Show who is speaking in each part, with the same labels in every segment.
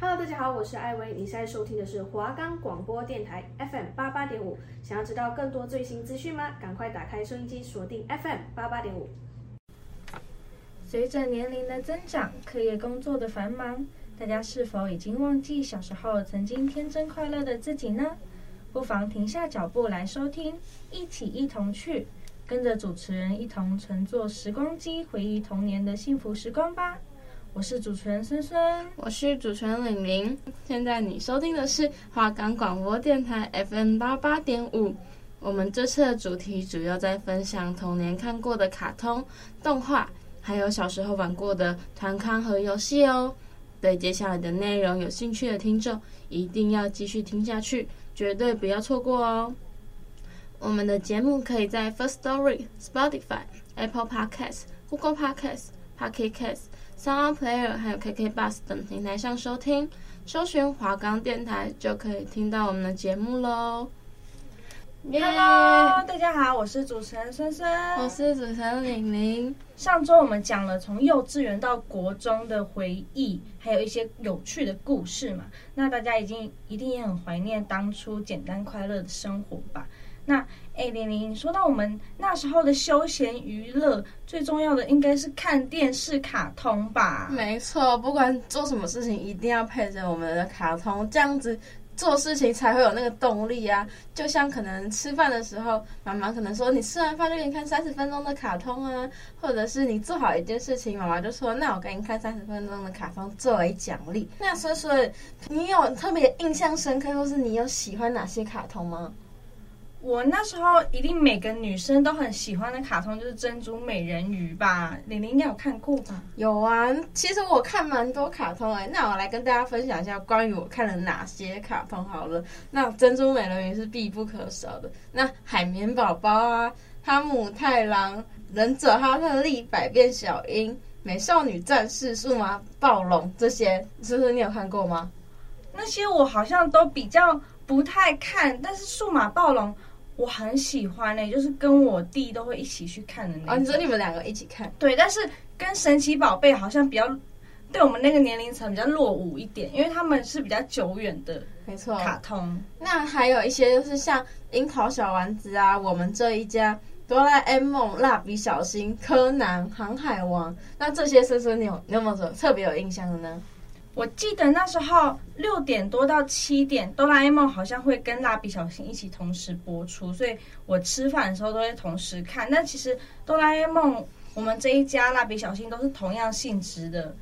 Speaker 1: Hello，大家好，我是艾薇，你现在收听的是华冈广播电台 FM 八八点五。想要知道更多最新资讯吗？赶快打开收音机，锁定 FM 八八点五。
Speaker 2: 随着年龄的增长，课业工作的繁忙，大家是否已经忘记小时候曾经天真快乐的自己呢？不妨停下脚步来收听，一起一同去，跟着主持人一同乘坐时光机，回忆童年的幸福时光吧。我是主持人孙孙，
Speaker 3: 我是主持人玲玲，现在你收听的是华冈广播电台 FM 八八点五。我们这次的主题主要在分享童年看过的卡通、动画，还有小时候玩过的团康和游戏哦。对接下来的内容有兴趣的听众，一定要继续听下去，绝对不要错过哦。我们的节目可以在 First Story、Spotify、Apple Podcasts、Google Podcasts、Pocket Casts。Sound Player 还有 KK Bus 等平台上收听，搜寻华冈电台就可以听到我们的节目喽。耶、
Speaker 2: Hello，大家好，我是主持人孙孙。
Speaker 3: 我是主持人玲玲。
Speaker 2: 上周我们讲了从幼稚园到国中的回忆，还有一些有趣的故事嘛。那大家已经一定也很怀念当初简单快乐的生活吧？那哎，玲玲，说到我们那时候的休闲娱乐，最重要的应该是看电视卡通吧？
Speaker 3: 没错，不管做什么事情，一定要配着我们的卡通，这样子做事情才会有那个动力啊。就像可能吃饭的时候，妈妈可能说你吃完饭就给你看三十分钟的卡通啊，或者是你做好一件事情，妈妈就说那我给你看三十分钟的卡通作为奖励。那所以说，你有特别印象深刻，或是你有喜欢哪些卡通吗？
Speaker 2: 我那时候一定每个女生都很喜欢的卡通就是《珍珠美人鱼》吧？玲玲应该有看过吧？
Speaker 3: 有啊，其实我看蛮多卡通哎、那我来跟大家分享一下关于我看了哪些卡通好了。那《珍珠美人鱼》是必不可少的，那《海绵宝宝》啊，《哈姆太郎》、《忍者哈特利》、《百变小樱》、《美少女战士》、数码暴龙这些，是不是你有看过吗？
Speaker 2: 那些我好像都比较不太看，但是《数码暴龙》我很喜欢呢、就是跟我弟都会一起去看的那
Speaker 3: 啊，
Speaker 2: 种。
Speaker 3: 你说你们两个一起看，
Speaker 2: 对，但是跟神奇宝贝好像比较，对我们那个年龄层比较落伍一点，因为他们是比较久远的
Speaker 3: 没错。
Speaker 2: 卡通。
Speaker 3: 那还有一些就是像樱桃小丸子啊，我们这一家。哆啦 A 梦、蜡笔小新、柯南、航海王，那这些深深你有你有没有什么特别有印象的呢？
Speaker 2: 我记得那时候六点多到七点，哆啦 A 梦好像会跟蜡笔小新一起同时播出，所以我吃饭的时候都会同时看。但其实哆啦 A 梦，我们这一家蜡笔小新都是同样性质的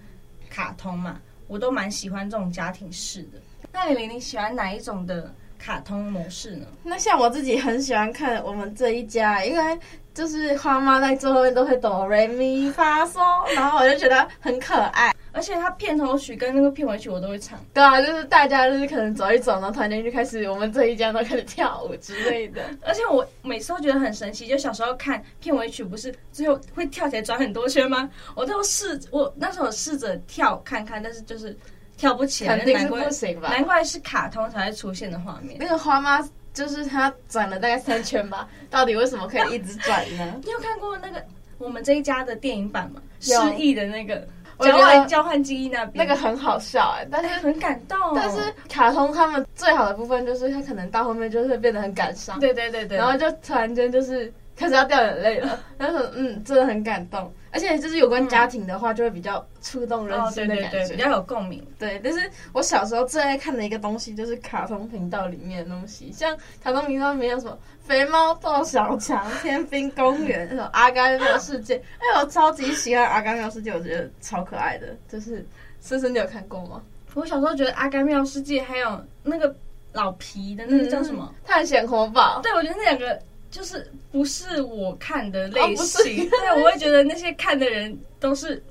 Speaker 2: 卡通嘛，我都蛮喜欢这种家庭式的。那李玲，你喜欢哪一种的卡通模式呢？
Speaker 3: 那像我自己很喜欢看我们这一家，因为就是花妈在最后面都会哆来咪发嗦，然后我就觉得很可爱。
Speaker 2: 而且它片头曲跟那个片尾曲我都会唱。
Speaker 3: 对啊，就是大家就是可能走一走，然后突然间就开始我们这一家都开始跳舞之类的。
Speaker 2: 而且我每次都觉得很神奇，就小时候看片尾曲，不是最后会跳起来转很多圈吗？我都试，我那时候试着跳看看，但是就是跳不起来，
Speaker 3: 肯定
Speaker 2: 难
Speaker 3: 是
Speaker 2: 怪
Speaker 3: 不行吧
Speaker 2: 难怪是卡通才会出现的画面。
Speaker 3: 那个花妈就是她转了大概三圈吧，到底为什么可以一直转呢？
Speaker 2: 你有看过那个我们这一家的电影版吗？失
Speaker 3: 有
Speaker 2: 忆的那个
Speaker 3: 我
Speaker 2: 交
Speaker 3: 觉得
Speaker 2: 换交换记忆那
Speaker 3: 那
Speaker 2: 边，
Speaker 3: 个很好笑哎、但
Speaker 2: 哎哦
Speaker 3: 是。
Speaker 2: 很感动、
Speaker 3: 但是卡通他们最好的部分就是他可能到后面就是变得很感伤，
Speaker 2: 对对对对，
Speaker 3: 然后就突然间就是开始要掉眼泪了， 然后说嗯，真的很感动，而且就是有关家庭的话，就会比较触动人
Speaker 2: 哦对
Speaker 3: 心的
Speaker 2: 对
Speaker 3: 感
Speaker 2: 对，
Speaker 3: 觉。
Speaker 2: 比较有共鸣。
Speaker 3: 对，但是我小时候最爱看的一个东西就是卡通频道里面的东西，像卡通频道里面有什么《肥猫斗小强》《天兵公园》那种《阿甘妙世界》，哎，我超级喜欢《阿甘妙世界》，我觉得超可爱的。就是思思，你有看过吗？
Speaker 2: 我小时候觉得《阿甘妙世界》还有那个老皮的那个叫什么？
Speaker 3: 《嗯探险活 宝》。
Speaker 2: 对，我觉得那两个就是不是我看的类
Speaker 3: 哦不是
Speaker 2: 型，对，我会觉得那些看的人都 是，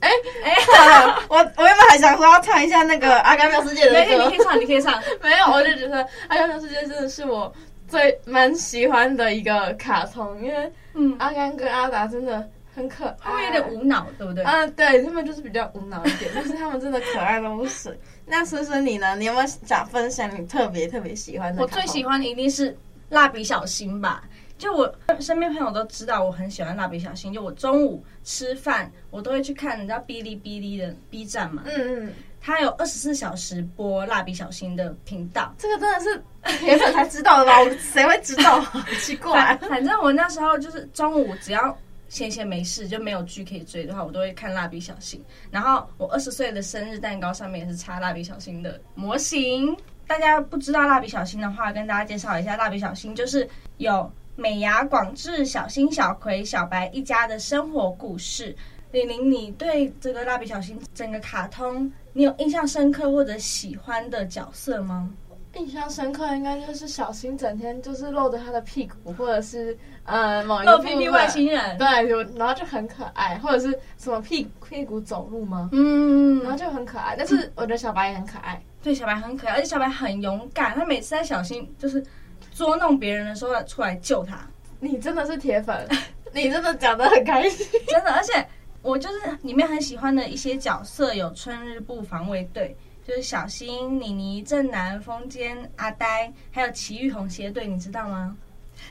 Speaker 3: 哎
Speaker 2: 哎，
Speaker 3: 啊我我原本还想说要唱一下那个《 阿甘妙世界》
Speaker 2: 没
Speaker 3: 的
Speaker 2: 事，
Speaker 3: 歌
Speaker 2: 哎你可，以唱，你可以唱。
Speaker 3: 没有，我就觉得《阿甘的世界》真的是我最蛮喜欢的一个卡通，因为
Speaker 2: 嗯，
Speaker 3: 阿甘跟阿达真的很可
Speaker 2: 会
Speaker 3: 爱，
Speaker 2: 不会有点无脑，对不对？
Speaker 3: 哎嗯、对他们就是比较无脑一点，但是他们真的可爱到不行。那思思你呢？你有没有想分享你特别特别喜欢的？
Speaker 2: 我最喜，欢的一定是蜡笔小新吧。就我身边朋友都知道我很喜欢蜡笔小新，就我中午吃饭我都会去看人家哔哩哔哩的 B 站嘛，
Speaker 3: 嗯嗯，
Speaker 2: 它有二十四小时播蜡笔小新的频道。
Speaker 3: 这个真的是铁粉才知道的吧？我谁会知道？ 奇怪
Speaker 2: 反。反正我那时候就是中午只要闲闲没事就没有剧可以追的话，我都会看蜡笔小新。然后我二十岁的生日蛋糕上面也是插蜡笔小新的模型。大家不知道蜡笔小新的话，跟大家介绍一下，蜡笔小新就是有美伢、广志、小新、小葵、小白一家的生活故事。玲玲，你对这个蜡笔小新整个卡通，你有印象深刻或者喜欢的角色吗？
Speaker 3: 印象深刻应该就是小新整天就是露着他的屁股，或者是呃某一个
Speaker 2: 露
Speaker 3: 部
Speaker 2: 屁
Speaker 3: 分
Speaker 2: 屁外星人，
Speaker 3: 对，有然后就很可爱，或者是什么屁屁股走路吗？
Speaker 2: 嗯，
Speaker 3: 然后就很可爱，但是我觉得小白也很可爱，
Speaker 2: 对，小白很可爱，而且小白很勇敢，他每次在小新就是捉弄别人的时候出来救他，
Speaker 3: 你真的是 铁粉，你真的讲的很开心。
Speaker 2: 真的。而且我就是里面很喜欢的一些角色有春日部防卫队，就是小新、妮妮、正南、风间、阿呆，还有奇遇红鞋队，你知道吗？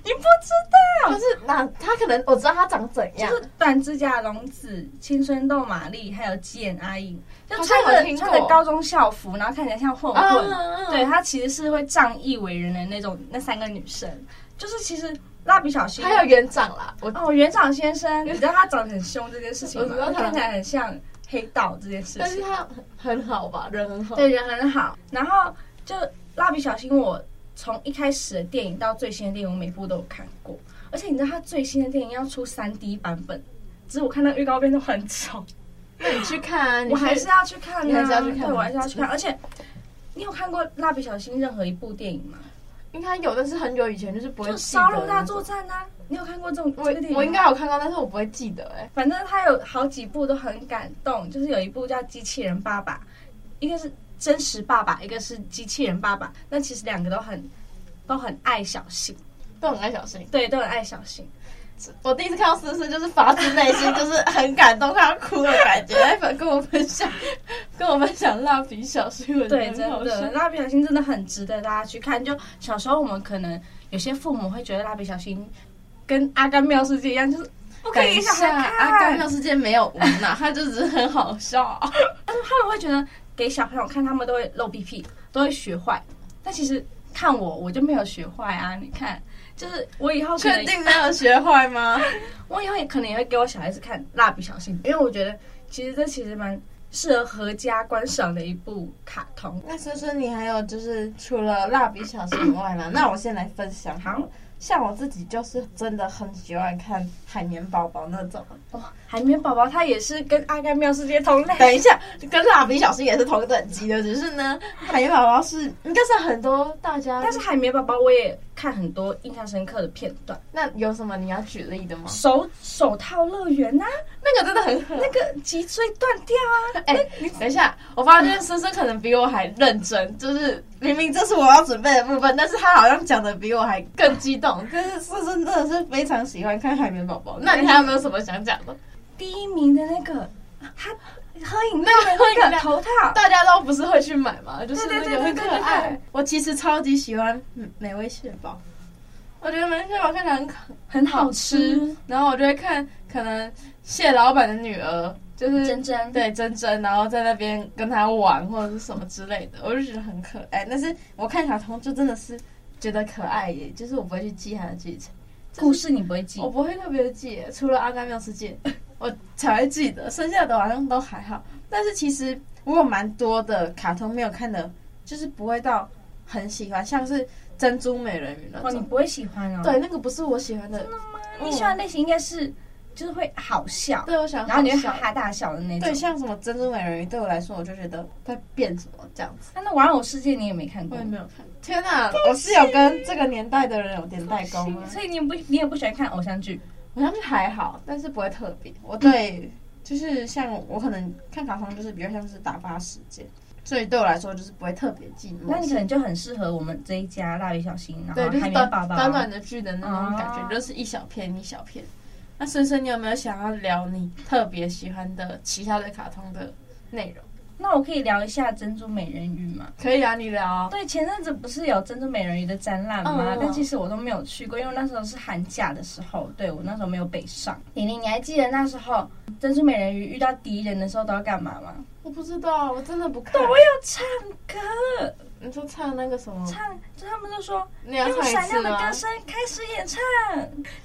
Speaker 2: 你不知
Speaker 3: 就
Speaker 2: 道，
Speaker 3: 是那他可能我知道他长怎样
Speaker 2: 就，是短指甲龙子、青春豆玛丽，还有吉眼阿影，就
Speaker 3: 好像
Speaker 2: 穿
Speaker 3: 有
Speaker 2: 着
Speaker 3: 听
Speaker 2: 穿着
Speaker 3: 过
Speaker 2: 高中校服，然后看起来像混
Speaker 3: 啊
Speaker 2: 混。
Speaker 3: 啊
Speaker 2: 对，她其实是会仗义为人的那种，那三个女生，就是其实蜡笔小新
Speaker 3: 还有园长啦，我
Speaker 2: 哦，园长先 生，你知道他长得很凶这件事情吗
Speaker 3: 我知？道他
Speaker 2: 看起来很像黑道这件事
Speaker 3: 但是
Speaker 2: 情，
Speaker 3: 他很很好吧，人很 好，
Speaker 2: 对人很好。然后就蜡笔小新，我从一开始的电影到最新的电影，我每部都有看过。而且你知道他最新的电影要出三 D 版本，只是我看到预告片都很丑，
Speaker 3: 那你去看啊，你去
Speaker 2: 我还是要去看、啊，
Speaker 3: 你还是要去看吗
Speaker 2: 对，我还是要去看。啊而且你有看过蜡笔小新任何一部电影吗？
Speaker 3: 应该有，但是很久以前就是不会
Speaker 2: 就《
Speaker 3: 记得
Speaker 2: 杀戮
Speaker 3: 那
Speaker 2: 大
Speaker 3: 种
Speaker 2: 作战》啊，你有看过这种
Speaker 3: 我
Speaker 2: 这个电影吗？
Speaker 3: 我应该有看到，但是我不会记得哎、
Speaker 2: 反正他有好几部都很感动，就是有一部叫《机器人爸爸》，一个是真实爸爸，一个是机器人爸爸。那其实两个都很都很爱小新，
Speaker 3: 都很爱小新。
Speaker 2: 对，都很爱小新。
Speaker 3: 我第一次看到思思，就是发自内心，就是很感动，快要哭的 感觉。来粉跟我分享，跟我分享蜡笔小新，我觉
Speaker 2: 对，
Speaker 3: 得
Speaker 2: 真
Speaker 3: 很好
Speaker 2: 的，
Speaker 3: 笑。
Speaker 2: 蜡笔小新真的很值得大家去看。就小时候我们可能有些父母会觉得蜡笔小新跟阿甘妙世界一样，就是不可以给小孩看，
Speaker 3: 阿甘妙世界没有无脑， 他就只是很 好笑。
Speaker 2: 他们会觉得给小朋友看，他们都会露屁屁，都会学坏。但其实看我，我就没有学坏啊！你看，就是我以后可能
Speaker 3: 确定没有学坏吗？
Speaker 2: 我以后也可能也会给我小孩子看《蜡笔小新》，因为我觉得其实这其实蛮适合合家观赏的一部卡通。
Speaker 4: 那思思，你还有就是除了蜡笔小新以 外嘛？那我先来分享好了，
Speaker 2: 好
Speaker 4: 像我自己就是真的很喜欢看海绵宝宝那种。
Speaker 2: 哇，海绵宝宝它也是跟阿甘妙世界同类，
Speaker 4: 等一下，跟蜡笔小新也是同等级的，只是呢，海绵宝宝是应该是很多大家，
Speaker 2: 但是海绵宝宝我也看很多印象深刻的片段，
Speaker 3: 那有什么你要举例的吗？
Speaker 2: 手手套乐园呐、啊，
Speaker 3: 那个真的很可
Speaker 2: 那个脊椎断掉啊，
Speaker 3: 哎、等一下，我发现思思可能比我还认真，就是
Speaker 4: 明明这是我要准备的部分，但是他好像讲的比我还更，
Speaker 3: 更激动。
Speaker 4: 就是思思真的是非常喜欢看海绵宝宝。
Speaker 3: 那你还有没有什么想讲的？
Speaker 2: 第一名的那个他喝饮料的那个 头套，
Speaker 3: 大家都不是会去买吗？就是
Speaker 2: 对
Speaker 3: 那
Speaker 2: 对
Speaker 3: 个
Speaker 2: 对
Speaker 3: 很
Speaker 2: 对
Speaker 3: 可
Speaker 2: 对对
Speaker 3: 爱，，
Speaker 4: 我其实超级喜欢美味蟹堡，
Speaker 3: 我觉得蛮蟹堡看起来很可
Speaker 2: 很
Speaker 3: 好
Speaker 2: 好
Speaker 3: 吃
Speaker 2: 吃。，
Speaker 3: 然后我就会看可能蟹老板的女儿，就是
Speaker 2: 真真
Speaker 3: 对珍珍，然后在那边跟她玩或者是什么之类的，我就觉得很可爱。
Speaker 4: 哎，但是我看卡通就真的是觉得可爱耶，就是我不会去记它的剧情。
Speaker 2: 故事你不会记
Speaker 3: 我，不会特别记，
Speaker 4: 除了《阿甘妙世界》， 我才会记得，剩下的好像都还好。但是其实我有蛮多的卡通没有看的，就是不会到很喜欢，像是《珍珠美人鱼》那
Speaker 2: 哦，你
Speaker 4: 种。
Speaker 2: 不会喜欢哦。
Speaker 3: 对，那个不是我喜欢的，
Speaker 4: 嗯
Speaker 2: 你喜欢的类型应该是就是会好笑，
Speaker 3: 对我喜欢
Speaker 2: 然后你
Speaker 3: 好
Speaker 2: 会
Speaker 3: 笑
Speaker 2: 哈哈大笑的那种。
Speaker 4: 对，像什么《珍珠美人鱼》，对我来说，我就觉得在变什么这样子。
Speaker 2: 啊那《玩偶世界》你也没看
Speaker 4: 我
Speaker 2: 过
Speaker 4: 也，没有看，
Speaker 3: 天哪、
Speaker 4: 我是有跟这个年代的人有点代沟吗？
Speaker 2: 所以你不你也不喜欢看偶像剧，
Speaker 4: 好像是还好，但是不会特别。
Speaker 3: 嗯
Speaker 4: 我对，就是像我可能看卡通，就是比较像是打发时间，所以对我来说就是不会特别记
Speaker 2: 那
Speaker 4: 那
Speaker 2: 你可能就很适合我们这一家蜡笔小新，然
Speaker 3: 对，
Speaker 2: 后
Speaker 3: 就
Speaker 2: 海
Speaker 3: 是
Speaker 2: 绵
Speaker 3: 短
Speaker 2: 宝宝。
Speaker 3: 短短的剧的那种感
Speaker 2: 哦
Speaker 3: 觉，就是一小片一小片。
Speaker 4: 那深深，你有没有想要聊你特别喜欢的其他的卡通的内容？
Speaker 2: 那我可以聊一下《珍珠美人鱼》吗？
Speaker 3: 可以啊，你聊啊。
Speaker 2: 对，前阵子不是有《珍珠美人鱼》的展览吗
Speaker 3: 嗯？
Speaker 2: 但其实我都没有去过，因为那时候是寒假的时候，对我那时候没有北上。玲玲，你还记得那时候《珍珠美人鱼》遇到敌人的时候都要干嘛吗？
Speaker 3: 我不知道，我真的不看。
Speaker 2: 我有唱歌，
Speaker 3: 你说唱那个什么？
Speaker 2: 唱，哎就他们就说
Speaker 3: 你要
Speaker 2: 用
Speaker 3: 唱
Speaker 2: 闪
Speaker 3: 一次
Speaker 2: 亮的
Speaker 3: 吗
Speaker 2: 歌？声开始演唱。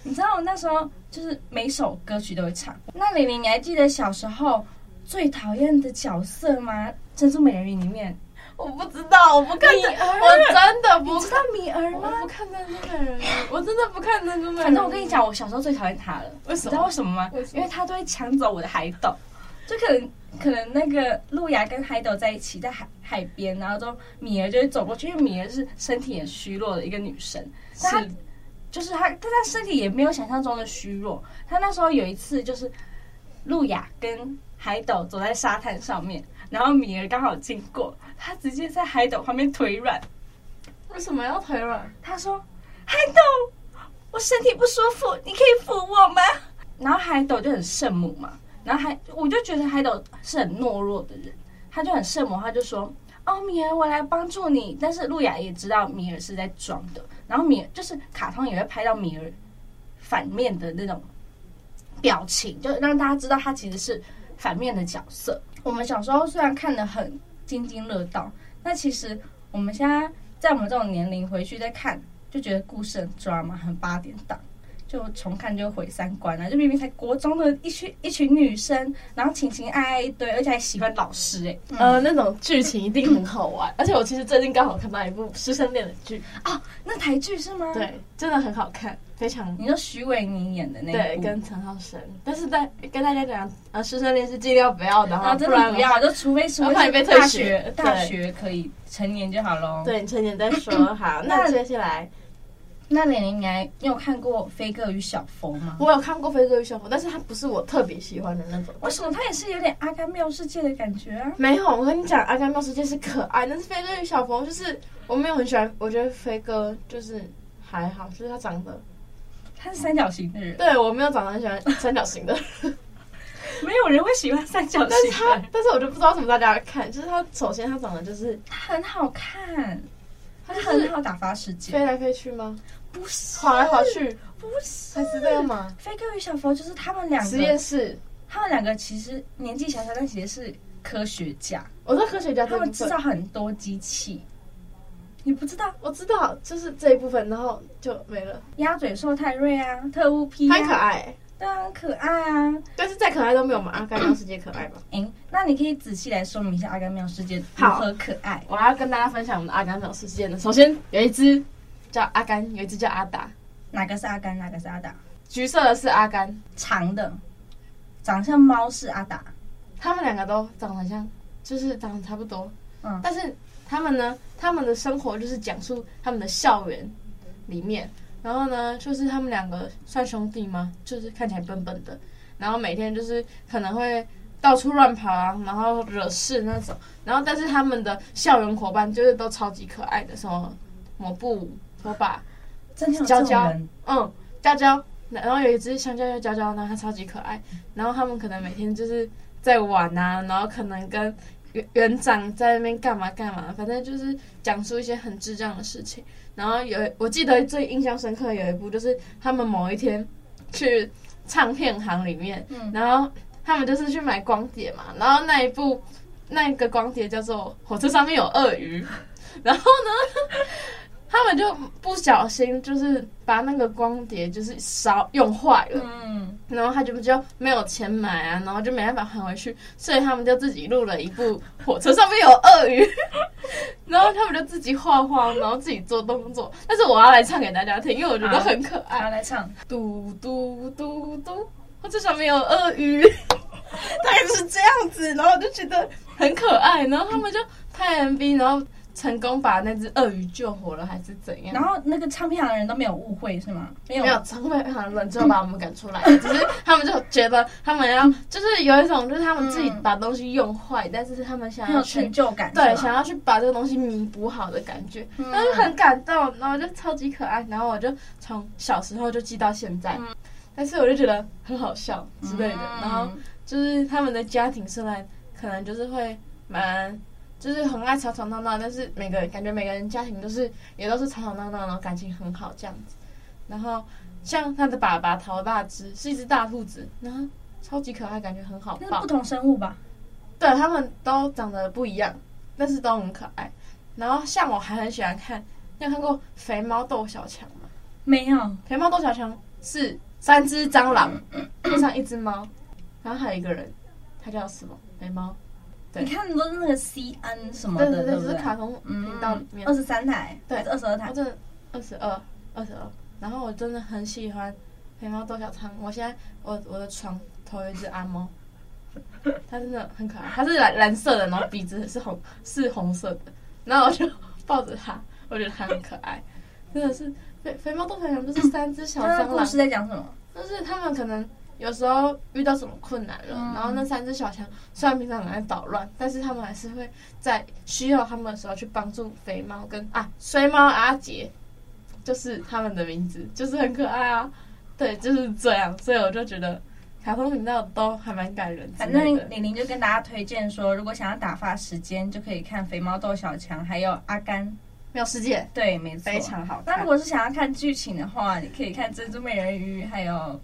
Speaker 2: 你知道我那时候就是每首歌曲都会唱。那玲玲，你还记得小时候最讨厌的角色吗？《珍珠美人鱼》里面，
Speaker 3: 我不知道，我不看这，我真的不看。
Speaker 2: 米儿
Speaker 3: 我不看珍珠美人鱼，我真的不看珍珠美人
Speaker 2: 反
Speaker 3: 鱼。
Speaker 2: 正我跟你，讲，我小时候最讨厌他了。
Speaker 3: 为
Speaker 2: 你
Speaker 3: 什
Speaker 2: 知道为
Speaker 3: 么？
Speaker 2: 什么吗
Speaker 3: 为什？么
Speaker 2: 因为他都会抢走我的海斗，就可能可能那个路亚跟海斗在一起，在海海边，然后都米儿就会走过去，因为米儿是身体很虚弱的一个女生，但她
Speaker 3: 是
Speaker 2: 就是她，但她身体也没有想象中的虚弱。她那时候有一次就是路亚跟海斗走在沙滩上面，然后米儿刚好经过，她直接在海斗旁边腿软，
Speaker 3: 为什么要腿软？
Speaker 2: 他说：“海斗，我身体不舒服，你可以扶我吗？”然后海斗就很圣母嘛，然后海我就觉得海斗是很懦弱的人，他就很圣母，他就说：“哦，米儿，我来帮助你。”但是路亚也知道米儿是在装的，然后米儿就是卡通也会拍到米儿反面的那种表情，就让大家知道他其实是反面的角色。我们小时候虽然看得很津津乐道，那其实我们现在在我们这种年龄回去再看，就觉得故事很抓嘛，很八点档，就重看就毁三观了。就明明才国中的一群一群女生，然后情情爱爱一堆，而且还喜欢老师哎、
Speaker 3: 呃，那种剧情一定很好玩，而且我其实最近刚好看到一部师生恋的剧，
Speaker 2: 哦，那台剧是吗？，
Speaker 3: 对，真的很好看，非常
Speaker 2: 你说徐伟宁演的那一
Speaker 3: 对，
Speaker 2: 部
Speaker 3: 跟陈浩生。但是在跟大家讲，呃，师生恋是尽量不要的哈，
Speaker 2: 啊，真
Speaker 3: 不然
Speaker 2: 的不要，就除非是
Speaker 3: 啊怕你被退
Speaker 2: 大
Speaker 3: 学
Speaker 2: 学，
Speaker 3: 对
Speaker 2: 大学可以成年就好喽。，
Speaker 3: 对，你成年再说。好，
Speaker 2: 那
Speaker 3: 那接下来
Speaker 2: 那玲玲，你还你有看过《飞哥与小佛》吗？
Speaker 3: 我有看过《非洲与小佛》，但是它不是我特别喜欢的那种。
Speaker 2: 为什么它也是有点阿甘妙世界的感觉啊？
Speaker 3: 没有，我跟你讲，《阿甘妙世界》是可爱，但是《飞哥与小佛》就是我没有很喜欢，我觉得飞哥就是还好，就是他长得，
Speaker 2: 他是三角形的人，
Speaker 3: 对我没有长得很喜欢三角形的，
Speaker 2: 没有人会喜欢三角
Speaker 3: 但
Speaker 2: 形
Speaker 3: 是他
Speaker 2: 的，，
Speaker 3: 但 是我就不知道为什么大家看，就是他首先他长得就是
Speaker 2: 他很好看，
Speaker 3: 他
Speaker 2: 他
Speaker 3: 就
Speaker 2: 很
Speaker 3: 是
Speaker 2: 好打发时间。
Speaker 3: 飞来飞去吗？
Speaker 2: 不是，
Speaker 3: 滑来滑，去，
Speaker 2: 不是
Speaker 3: 还，知道吗？
Speaker 2: 飞哥与小佛就是他们两
Speaker 3: 实验
Speaker 2: 个，
Speaker 3: 室，
Speaker 2: 他们两个其实年纪小小，但其实是科学家，
Speaker 3: 我说科学家这
Speaker 2: 他
Speaker 3: 一部
Speaker 2: 们
Speaker 3: 分
Speaker 2: 制造很多机器。你不知道
Speaker 3: 我知道，就是这一部分，然后就没了。
Speaker 2: 鸭嘴兽泰瑞啊，特务 P
Speaker 3: 他
Speaker 2: 啊，
Speaker 3: 很可爱，
Speaker 2: 对啊，很可爱啊。
Speaker 3: 但是再可爱都没有我们阿甘妙世界可爱吧？
Speaker 2: 诶，那你可以仔细来说明一下阿甘妙世界如
Speaker 3: 好
Speaker 2: 何可爱。
Speaker 3: 我要跟大家分享我们的阿甘妙世界呢。首先有一只叫阿甘，有一只叫阿达，
Speaker 2: 哪个是阿甘，哪个是阿达？
Speaker 3: 橘色的是阿甘，
Speaker 2: 长的，长得像猫是阿达，
Speaker 3: 他们两个都长得像，就是长得差不多。
Speaker 2: 嗯
Speaker 3: 但是他们呢，他们的生活就是讲述他们的校园里面，然后呢，就是他们两个算兄弟吗？就是看起来笨笨的，然后每天就是可能会到处乱跑啊，然后惹事那种。然后但是他们的校园伙伴就是都超级可爱的，什么抹布、拖把，
Speaker 2: 真的有
Speaker 3: 娇
Speaker 2: 这种
Speaker 3: 娇
Speaker 2: 人。
Speaker 3: 嗯，娇娇，然后有一只香蕉叫娇娇，然后它超级可爱。然后他们可能每天就是在玩啊，然后可能跟园园长在那边干嘛干嘛，反正就是讲述一些很智障的事情。然后有我记得最印象深刻有一部就是他们某一天去唱片行里面，
Speaker 2: 嗯
Speaker 3: 然后他们就是去买光碟嘛，然后那一部那个光碟叫做《火车上面有鳄鱼》， 然后呢，他们就不小心就是把那个光碟就是烧用坏了，
Speaker 2: 嗯，
Speaker 3: 然后他就就没有钱买啊，然后就没办法还回去，所以他们就自己录了一部火车上面有鳄鱼， 然后他们就自己画画，然后自己做动作。但是我要来唱给大家听，因为我觉得很可
Speaker 2: 好
Speaker 3: 爱。
Speaker 2: 来唱。
Speaker 3: 嘟嘟嘟嘟，火车上面有鳄鱼，大概就是这样子。然后我就觉得很可爱，然后他们就拍 MV，然后成功把那只鳄鱼救活了，还是怎样？
Speaker 2: 然后那个唱片行的人都没有误会是吗？没有，
Speaker 3: 嗯没有，常会很冷就把我们赶出来， 只是他们就觉得他们
Speaker 2: 嗯
Speaker 3: 要，就是有一种就是他们自己把东西用坏，但是他们想
Speaker 2: 很嗯
Speaker 3: 要
Speaker 2: 有
Speaker 3: 去
Speaker 2: 成就感。
Speaker 3: 对，
Speaker 2: 是吗
Speaker 3: 想要去把这个东西弥补好的感觉，
Speaker 2: 嗯
Speaker 3: 然后就很感动，然后就超级可爱，然后我就从小时候就记到现在，但是我就觉得很好笑之类的，
Speaker 2: 嗯
Speaker 3: 然后就是他们的家庭虽然可能就是会蛮。就是很爱吵吵闹闹，但是每个感觉每个人家庭都是也都是吵吵闹闹，然后感情很好这样子。然后像他的爸爸陶大只是一只大兔子，然后超级可爱，感觉很好
Speaker 2: 那是
Speaker 3: 抱
Speaker 2: 不。同生物吧？
Speaker 3: 对他们都长得不一样，但是都很可爱。然后像我还很喜欢看，你有看过《肥猫斗小强》吗？
Speaker 2: 没有，
Speaker 3: 《肥猫斗小强》是三只蟑螂配上一只猫，然后还有一个人，他叫什么？肥猫？对
Speaker 2: 你看都是那个 C N 什么
Speaker 3: 哦对
Speaker 2: 的，
Speaker 3: 对对，
Speaker 2: 不
Speaker 3: 就是
Speaker 2: 对？
Speaker 3: 卡通频道里
Speaker 2: 嗯
Speaker 3: 面
Speaker 2: 二。十三台，
Speaker 3: 对
Speaker 2: 还是二十二
Speaker 3: 我
Speaker 2: 台，
Speaker 3: 真的二十二，二十二。然后我真的很喜欢肥猫豆小汤。我现在我我的床头有一只阿猫，它真的很可爱，它是蓝蓝色的，然后鼻子是红是红色的，然后我就抱着它，我觉得它很可爱，真的是肥肥猫豆小强就是三只小
Speaker 2: 它的
Speaker 3: 蟑
Speaker 2: 故
Speaker 3: 螂
Speaker 2: 事，在讲什么？
Speaker 3: 就是他们可能有时候遇到什么困难了，
Speaker 2: 嗯
Speaker 3: 然后那三只小强虽然平常很爱捣乱，但是他们还是会在需要他们的时候去帮助肥猫跟啊衰猫阿杰，就是他们的名字，就是很可爱啊。对，就是这样，所以我就觉得卡通频道都还蛮感人之
Speaker 2: 反
Speaker 3: 类
Speaker 2: 正
Speaker 3: 的。
Speaker 2: 玲玲就跟大家推荐说，如果想要打发时间，就可以看《肥猫斗小强》，还有《阿甘》。
Speaker 3: 妙世界
Speaker 2: 对，没错，
Speaker 4: 非常好
Speaker 2: 那如
Speaker 4: 看。
Speaker 2: 果是想要看剧情的话，你可以看《珍珠美人鱼》，还有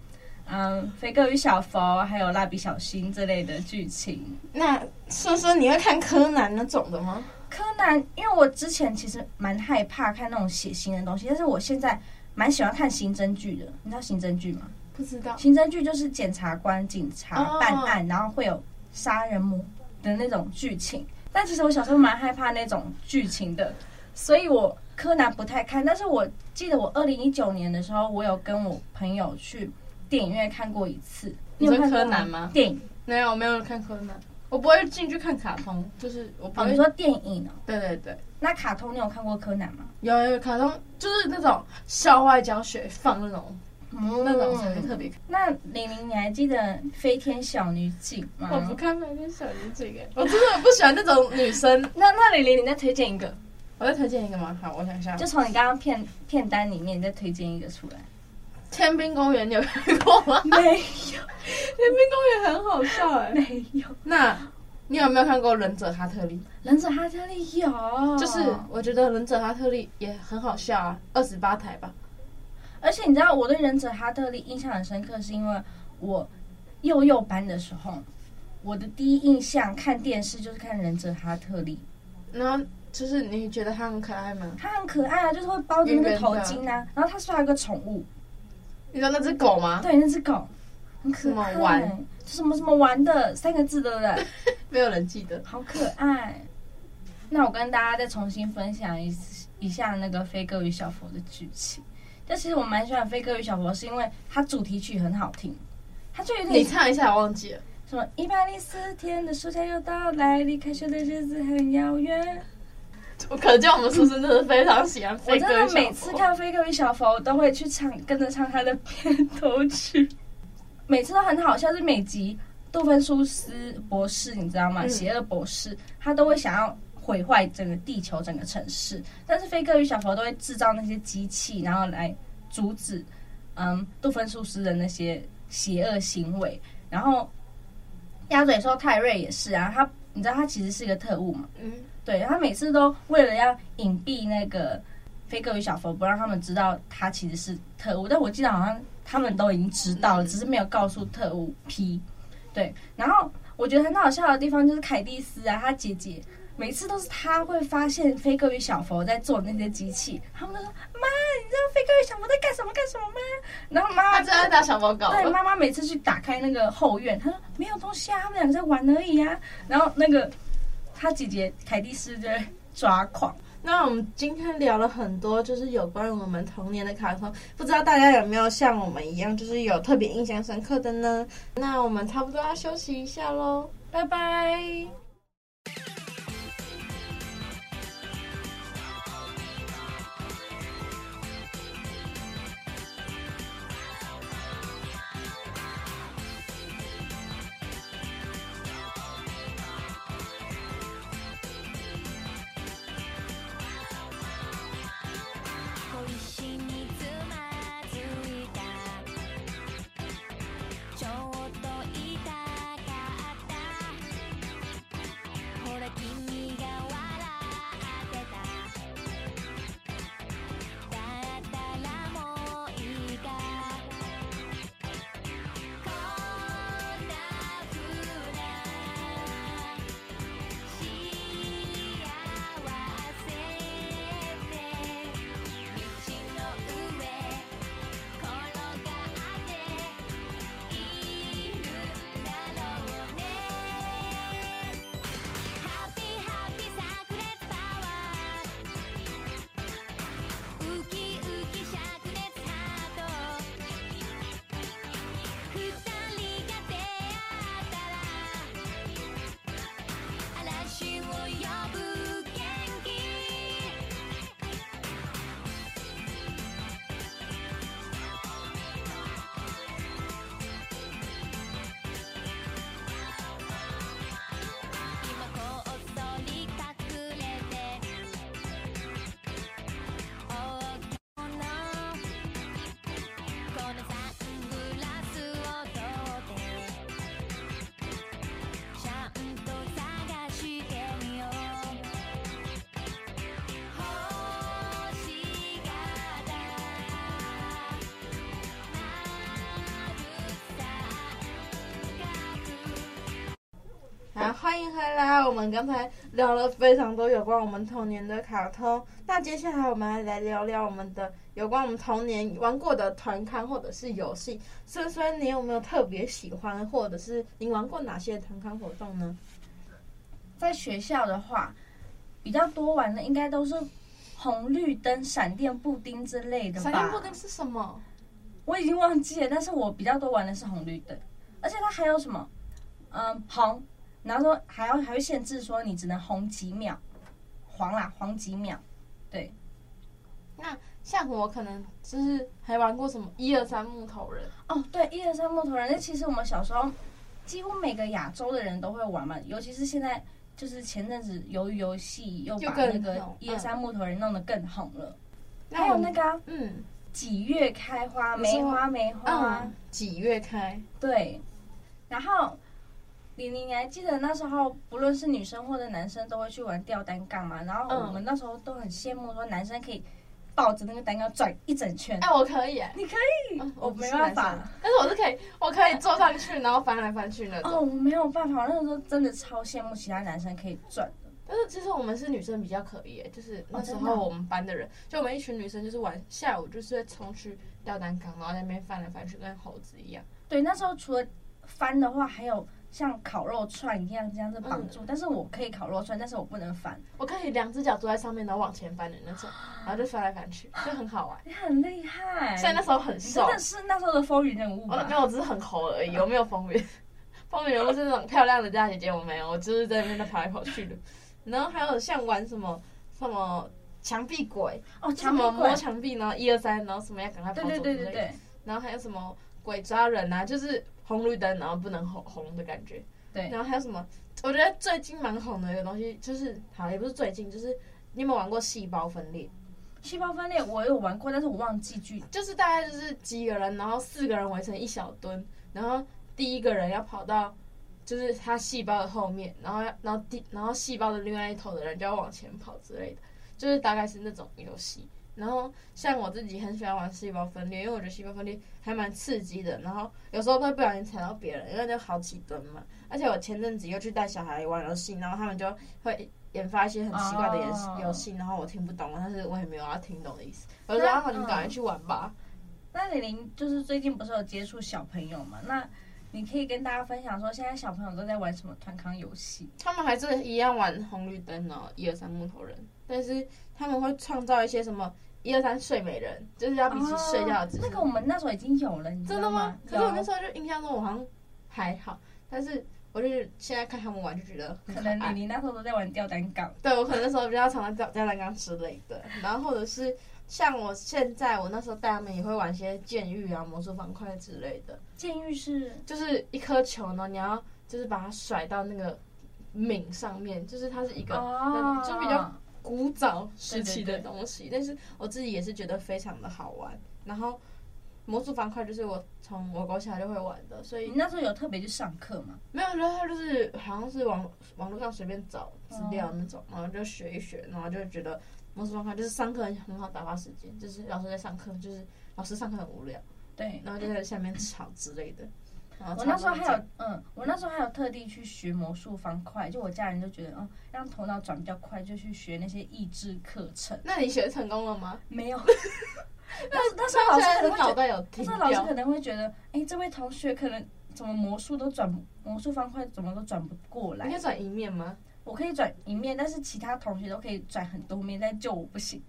Speaker 2: 嗯《肥哥与小佛》，还有《蜡笔小新》这类的剧情。
Speaker 3: 那顺顺，你会看柯南那种的吗？
Speaker 2: 柯南，因为我之前其实蛮害怕看那种血腥的东西，但是我现在蛮喜欢看刑侦剧的。你知道刑侦剧吗？
Speaker 3: 不知道。
Speaker 2: 刑侦剧就是检察官、警察
Speaker 3: 哦
Speaker 2: 办案，然后会有杀人魔的那种剧情。但其实我小时候蛮害怕那种剧情的，所以我柯南不太看。但是我记得我二零一九年的时候，我有跟我朋友去电影院看过一次。
Speaker 3: 你
Speaker 2: 有
Speaker 3: 说
Speaker 2: 看过
Speaker 3: 柯南吗？
Speaker 2: 电影？
Speaker 3: 没有，没有看柯南，我不会进去看卡通，就是我不
Speaker 2: 哦，
Speaker 3: 会。
Speaker 2: 你说电影哦？
Speaker 3: 对对对。
Speaker 2: 那卡通你有看过柯南吗？
Speaker 3: 有有有卡通，就是那种校外教学放那种、
Speaker 2: 嗯
Speaker 3: 那种才会特别看。
Speaker 2: 那玲玲，你还记得《飞天小女警》吗？
Speaker 3: 我不看《白天小女警》哎，我真的不喜欢那种女生。
Speaker 2: 那那玲玲，你再推荐一个，
Speaker 3: 我再推荐一个吗？好，我想一下，
Speaker 2: 就
Speaker 3: 就《
Speaker 2: 从你刚刚片片单里面，你再推荐一个出来。
Speaker 3: 天兵公园》，你有看过 吗？《
Speaker 2: 没
Speaker 3: 天兵公园》很好笑哎、
Speaker 2: 没有，
Speaker 3: 那你有没有看过《忍者哈特利
Speaker 2: 忍者哈特利有，》？
Speaker 3: 就是我觉得《忍者哈特利》也很好笑啊，二十八台吧。
Speaker 2: 而且你知道我对忍者哈特利印象很深刻，是因为我幼幼班的时候，我的第一印象看电视就是看忍者哈特利，
Speaker 3: 然后就是你觉得它很可爱吗？
Speaker 2: 它很可爱啊，就是会包着那
Speaker 3: 圆
Speaker 2: 个
Speaker 3: 圆的
Speaker 2: 头巾啊，然后它是还有一个宠物，
Speaker 3: 你说那只狗吗？
Speaker 2: 对，那只狗很可
Speaker 3: 什么
Speaker 2: 爱，
Speaker 3: 玩
Speaker 2: 就什么什么玩的三个字，对不对？
Speaker 3: 没有人记得。
Speaker 2: 好可爱。那我跟大家再重新分享一次一下那个《飞哥与小佛》的剧情。但其实我蛮喜欢《飞哥与小佛》，是因为它主题曲很好听，它就有
Speaker 3: 你
Speaker 2: 点
Speaker 3: 唱一下，我忘记了。
Speaker 2: 什么一百零四天的暑假又到来，离开学的日子很遥远。
Speaker 3: 我可见我们叔叔真的非常喜欢
Speaker 2: 我
Speaker 3: 飞
Speaker 2: 真
Speaker 3: 哥
Speaker 2: 的
Speaker 3: 与
Speaker 2: 每
Speaker 3: 小
Speaker 2: 次
Speaker 3: 佛
Speaker 2: 看《飞哥与小佛》，我都会去唱，跟着唱他的片头曲， 每次都很好笑。是每集杜芬苏斯博士，你知道吗？
Speaker 3: 嗯
Speaker 2: 邪恶博士，他都会想要毁坏整个地球、整个城市，但是飞哥与小佛都会制造那些机器，然后来阻止嗯杜芬苏斯的那些邪恶行为。然后鸭嘴兽泰瑞也是啊，他你知道他其实是一个特务嘛，
Speaker 3: 嗯，
Speaker 2: 对他每次都为了要隐蔽那个飞哥与小佛，不让他们知道他其实是特务。但我记得好像他们都已经知道了，只是没有告诉特务 P。对，然后我觉得很好笑的地方就是凯蒂斯啊，他姐姐每次都是他会发现飞哥与小佛在做那些机器，他们就说：“妈，你知道飞哥与小佛在干什么干什么吗？”然后妈
Speaker 3: 他
Speaker 2: 妈
Speaker 3: 真的打小报告
Speaker 2: 对，
Speaker 3: 了。
Speaker 2: 妈妈每次去打开那个后院，她说没有东西啊，他们两个在玩而已啊。然后那个她姐姐凯蒂斯就会抓狂，
Speaker 3: 那我们今天聊了很多，就是有关于我们童年的卡通，不知道大家有没有像我们一样，就是有特别印象深刻的呢？那我们差不多要休息一下喽，拜拜。
Speaker 5: 小石につまずいたちょっと痛かった
Speaker 4: 然后欢迎回来，我们刚才聊了非常多有关我们童年的卡通，那接下来我们来聊聊我们的有关我们童年玩过的团刊或者是游戏。孙孙，你有没有特别喜欢，或者是你玩过哪些团刊活动呢？
Speaker 2: 在学校的话，比较多玩的应该都是红绿灯、闪电布丁之类的吧。
Speaker 3: 闪电布丁是什么？
Speaker 2: 我已经忘记了，但是我比较多玩的是红绿灯，而且它还有什么，嗯，红，然后说还要还会限制说你只能红几秒，黄啦，黄几秒，
Speaker 3: 像我可能就是还玩过什么一二三木头人，
Speaker 2: 哦，对，一二三木头人，那其实我们小时候几乎每个亚洲的人都会玩嘛，尤其是现在就是前阵子由于游戏又
Speaker 3: 又
Speaker 2: 把那
Speaker 3: 更
Speaker 2: 个
Speaker 3: 红嗯
Speaker 2: 一二三木头人弄得更红了，还
Speaker 3: 我
Speaker 2: 有
Speaker 3: 们
Speaker 2: 那个啊
Speaker 3: 嗯
Speaker 2: 几月开花，
Speaker 3: 你说
Speaker 2: 梅花梅花啊，
Speaker 3: 嗯，
Speaker 4: 几月开？
Speaker 2: 对，然后。李玲，你还记得那时候，不论是女生或者男生，都会去玩吊单杠嘛？然后我
Speaker 3: 嗯
Speaker 2: 们那时候都很羡慕，说男生可以抱着那个单杠转一整圈。
Speaker 3: 哎，我可以哎，
Speaker 2: 你可以，
Speaker 3: 嗯
Speaker 2: 我
Speaker 3: 不是
Speaker 2: 没办法
Speaker 3: 男。生但是我是可以，我可以坐上去，然后翻来翻去那
Speaker 2: 哦，
Speaker 3: 种。
Speaker 2: 我没有办法，我那时候真的超羡慕其他男生可以转的。
Speaker 3: 但是其实我们是女生比较可以耶，就是那时
Speaker 2: 真的哦
Speaker 3: 候我们班的人，就我们一群女生，就是晚下午就是会冲去吊单杠，然后在那边翻来翻去，跟猴子一样。
Speaker 2: 对，那时候除了翻的话，还有像烤肉串一样这样子绑
Speaker 3: 嗯
Speaker 2: 住，但是我可以烤肉串，但是我不能翻，
Speaker 3: 我可以两只脚坐在上面，然后往前翻的那种，然后就翻来翻去，就哎很好玩。
Speaker 2: 你很厉害。
Speaker 3: 虽然那时候很
Speaker 2: 哎你
Speaker 3: 瘦
Speaker 2: 真，的是那时候的风云人物
Speaker 3: 我
Speaker 2: 吧
Speaker 3: 没？有，我只是很猴而已，我没有风云。风云人物是那种漂亮的大姐姐，我没有，我就是在那边跑来跑去的。然后还有像玩什么什么墙壁鬼，
Speaker 2: 哦，
Speaker 3: 什
Speaker 2: 墙壁
Speaker 3: 么
Speaker 2: 鬼
Speaker 3: 摸。墙壁，然后一二三，然后什么要赶快跑
Speaker 2: 对
Speaker 3: 走
Speaker 2: 对对
Speaker 3: 之类
Speaker 2: 对
Speaker 3: 的
Speaker 2: 对，
Speaker 3: 然后还有什么鬼抓人啊，就是红绿灯，然后不能红红的感觉。
Speaker 2: 对
Speaker 3: 然后还有什么？我觉得最近蛮红的一个东西，就是好也不是最近，就是你有没有玩过细胞分裂？
Speaker 2: 细胞分裂我有玩过，但是我忘记具体。
Speaker 3: 就是大概就是几个人，然后四个人围成一小墩，然后第一个人要跑到就是他细胞的后面，然后要然后第然后细胞的另外一头的人就要往前跑之类的，就是大概是那种游戏。然后像我自己很喜欢玩细胞分裂，因为我觉得细胞分裂还蛮刺激的。然后有时候会不小心踩到别人，因为就好几吨嘛。而且我前阵子又去带小孩玩游戏，然后他们就会研发一些很奇怪的游戏
Speaker 2: 哦
Speaker 3: 游戏，然后我听不懂，但是我也没有要听懂的意思。我就说啊，你们赶快去玩吧。
Speaker 2: 嗯那李玲就是最近不是有接触小朋友嘛？那你可以跟大家分享说，现在小朋友都在玩什么团康游戏？
Speaker 3: 他们还是一样玩红绿灯哦，一二三木头人，但是他们会创造一些什么一二三睡美人，就是要比起睡觉的姿势、
Speaker 2: 哦那个我们那时候已经有了，你知
Speaker 3: 真
Speaker 2: 道
Speaker 3: 的吗？可是我
Speaker 2: 有
Speaker 3: 那时候就印象中我好像还好，但是我就是现在看他们玩就觉得很
Speaker 2: 可
Speaker 3: 爱
Speaker 2: 能李玲那时候都在玩吊单杠。
Speaker 3: 对我可能那时候比较常常吊吊单杠之类的，然后或者是像我现在我那时候带他们也会玩一些剑狱啊、魔术方块之类的，
Speaker 2: 监狱是
Speaker 3: 就是一颗球呢，你要就是把它甩到那个皿上面，就是它是一个、
Speaker 2: 哦，
Speaker 3: 就比较古早时
Speaker 2: 对
Speaker 3: 期
Speaker 2: 对
Speaker 3: 的东西，但是我自己也是觉得非常的好玩。然后魔术方块就是我从我国小就会玩的，所
Speaker 2: 你
Speaker 3: 以
Speaker 2: 那时候有特别去上课吗？
Speaker 3: 没有，然后它就是好像是网网络上随便找资料那种，然后就学一学，然后就觉得魔术方块就是上课很好打发时间，就是老师在上课，就是老师上课很无聊，
Speaker 2: 对，
Speaker 3: 然后就在下面吵之类的。然后
Speaker 2: 我那时候
Speaker 3: 差不
Speaker 2: 还
Speaker 3: 多这样
Speaker 2: 有，嗯，我那时候还有特地去学魔术方块，就我家人就觉得，哦，让头脑转比较快，就去学那些益智课程。
Speaker 3: 那你学成功了吗？
Speaker 2: 没有， 那那时候老
Speaker 3: 虽
Speaker 2: 师可能
Speaker 3: 然是
Speaker 2: 会觉
Speaker 3: 脑
Speaker 2: 得，
Speaker 3: 袋有
Speaker 2: 那
Speaker 3: 停
Speaker 2: 时候老师
Speaker 3: 掉
Speaker 2: 可，能会觉得，哎，这位同学可能怎么魔术都转，魔术方块怎么都转不过
Speaker 3: 你可
Speaker 2: 来
Speaker 3: 以。转一面吗？
Speaker 2: 我可以转一面，但是其他同学都可以转很多面，但就我不行。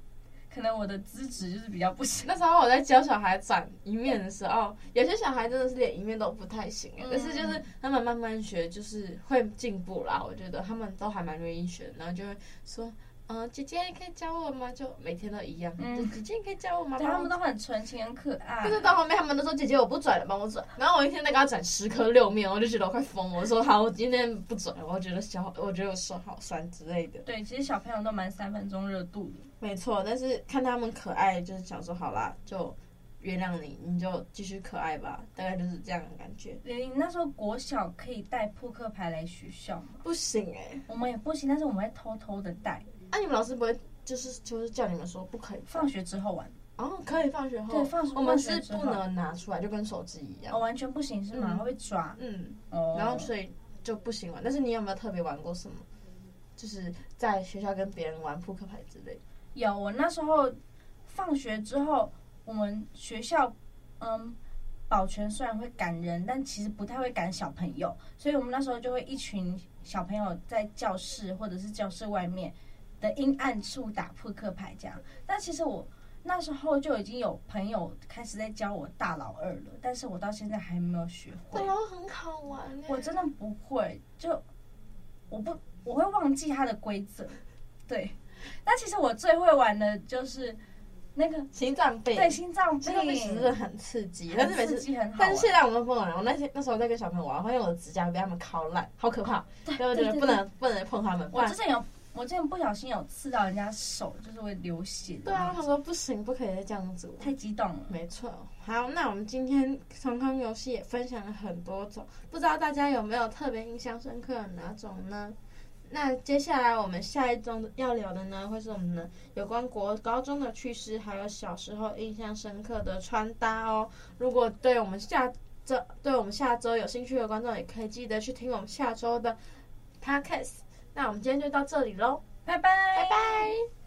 Speaker 2: 可能我的资质就是比较不行。
Speaker 3: 那时候我在教小孩转一面的时候，哦有些小孩真的是连一面都不太行哎、
Speaker 2: 嗯
Speaker 3: 但是就是他们慢慢学，就是会进步啦。我觉得他们都还蛮愿意学，然后就会说，嗯、姐姐你可以教我吗？就每天都一样，
Speaker 2: 嗯
Speaker 3: 就姐姐你可以教我吗？
Speaker 2: 对，他们
Speaker 3: 都。
Speaker 2: 都很纯情，啊很可爱
Speaker 3: 但。是到后面，他们都说：“姐姐，我不转了，帮我转。”然后我一天在给他转十颗六面，我就觉得我快疯了。我说：“好，我今天不转了。”我觉得小，我觉得我手好酸之类的。
Speaker 2: 对，其实小朋友都蛮三分钟热度的。
Speaker 3: 没错，但是看他们可爱，就是想说好啦，就原谅你，你就继续可爱吧，大概就是这样的感觉。
Speaker 2: 玲玲那时候国小可以带扑克牌来学校吗？
Speaker 3: 不行哎、
Speaker 2: 我们也不行，但是我们会偷偷的带，
Speaker 3: 那、你们老师不会就是就是叫你们说不可以
Speaker 2: 放学之后玩。
Speaker 3: 哦，可以放学后，
Speaker 2: 对放学
Speaker 3: 我们是
Speaker 2: 放学之
Speaker 3: 不
Speaker 2: 后哦
Speaker 3: 能拿出来，就跟手机一样。
Speaker 2: 哦，完全不行是吗？
Speaker 3: 嗯
Speaker 2: 会被抓。
Speaker 3: 嗯，
Speaker 2: 哦，
Speaker 3: 然后所以
Speaker 6: 就不行玩。但是你有没有特别玩过什么？就是在学校跟别人玩扑克牌之类的。
Speaker 2: 有，我那时候放学之后，我们学校，嗯，保全虽然会赶人，但其实不太会赶小朋友，所以我们那时候就会一群小朋友在教室或者是教室外面的阴暗处打扑克牌这样。但其实我那时候就已经有朋友开始在教我大老二了，但是我到现在还没有学会。
Speaker 7: 然后很好玩欸
Speaker 2: 我真的不会，就我不我会忘记它的规则，对。但其实我最会玩的就是那个
Speaker 3: 心脏病，
Speaker 2: 对心脏病
Speaker 3: 这，个病其实很刺激，但
Speaker 2: 很
Speaker 3: 是每
Speaker 2: 刺
Speaker 3: 次。
Speaker 2: 激很好玩。
Speaker 3: 但是现在我们不能玩。我那些那时候在跟小朋友玩，我发现我的指甲被他们烤烂，好可怕！所以我觉
Speaker 2: 对
Speaker 3: 得
Speaker 2: 对
Speaker 3: 不能不能碰他们，不
Speaker 2: 我
Speaker 3: 然
Speaker 2: 之前有我之前不小心有刺到人家手，就是会流血的
Speaker 3: 对啊，
Speaker 2: 那
Speaker 3: 他
Speaker 2: 种。
Speaker 3: 说不行，不可以再这样子玩。
Speaker 2: 太激动了。
Speaker 3: 没错，好，那我们今天重康游戏也分享了很多种，不知道大家有没有特别印象深刻的哪种呢？那接下来我们下一种要聊的呢，会是我们的有关国高中的趣事，还有小时候印象深刻的穿搭哦。如果对我们下周对我们下周有兴趣的观众，也可以记得去听我们下周的 podcast。那我们今天就到这里喽，
Speaker 2: 拜拜，
Speaker 3: 拜拜。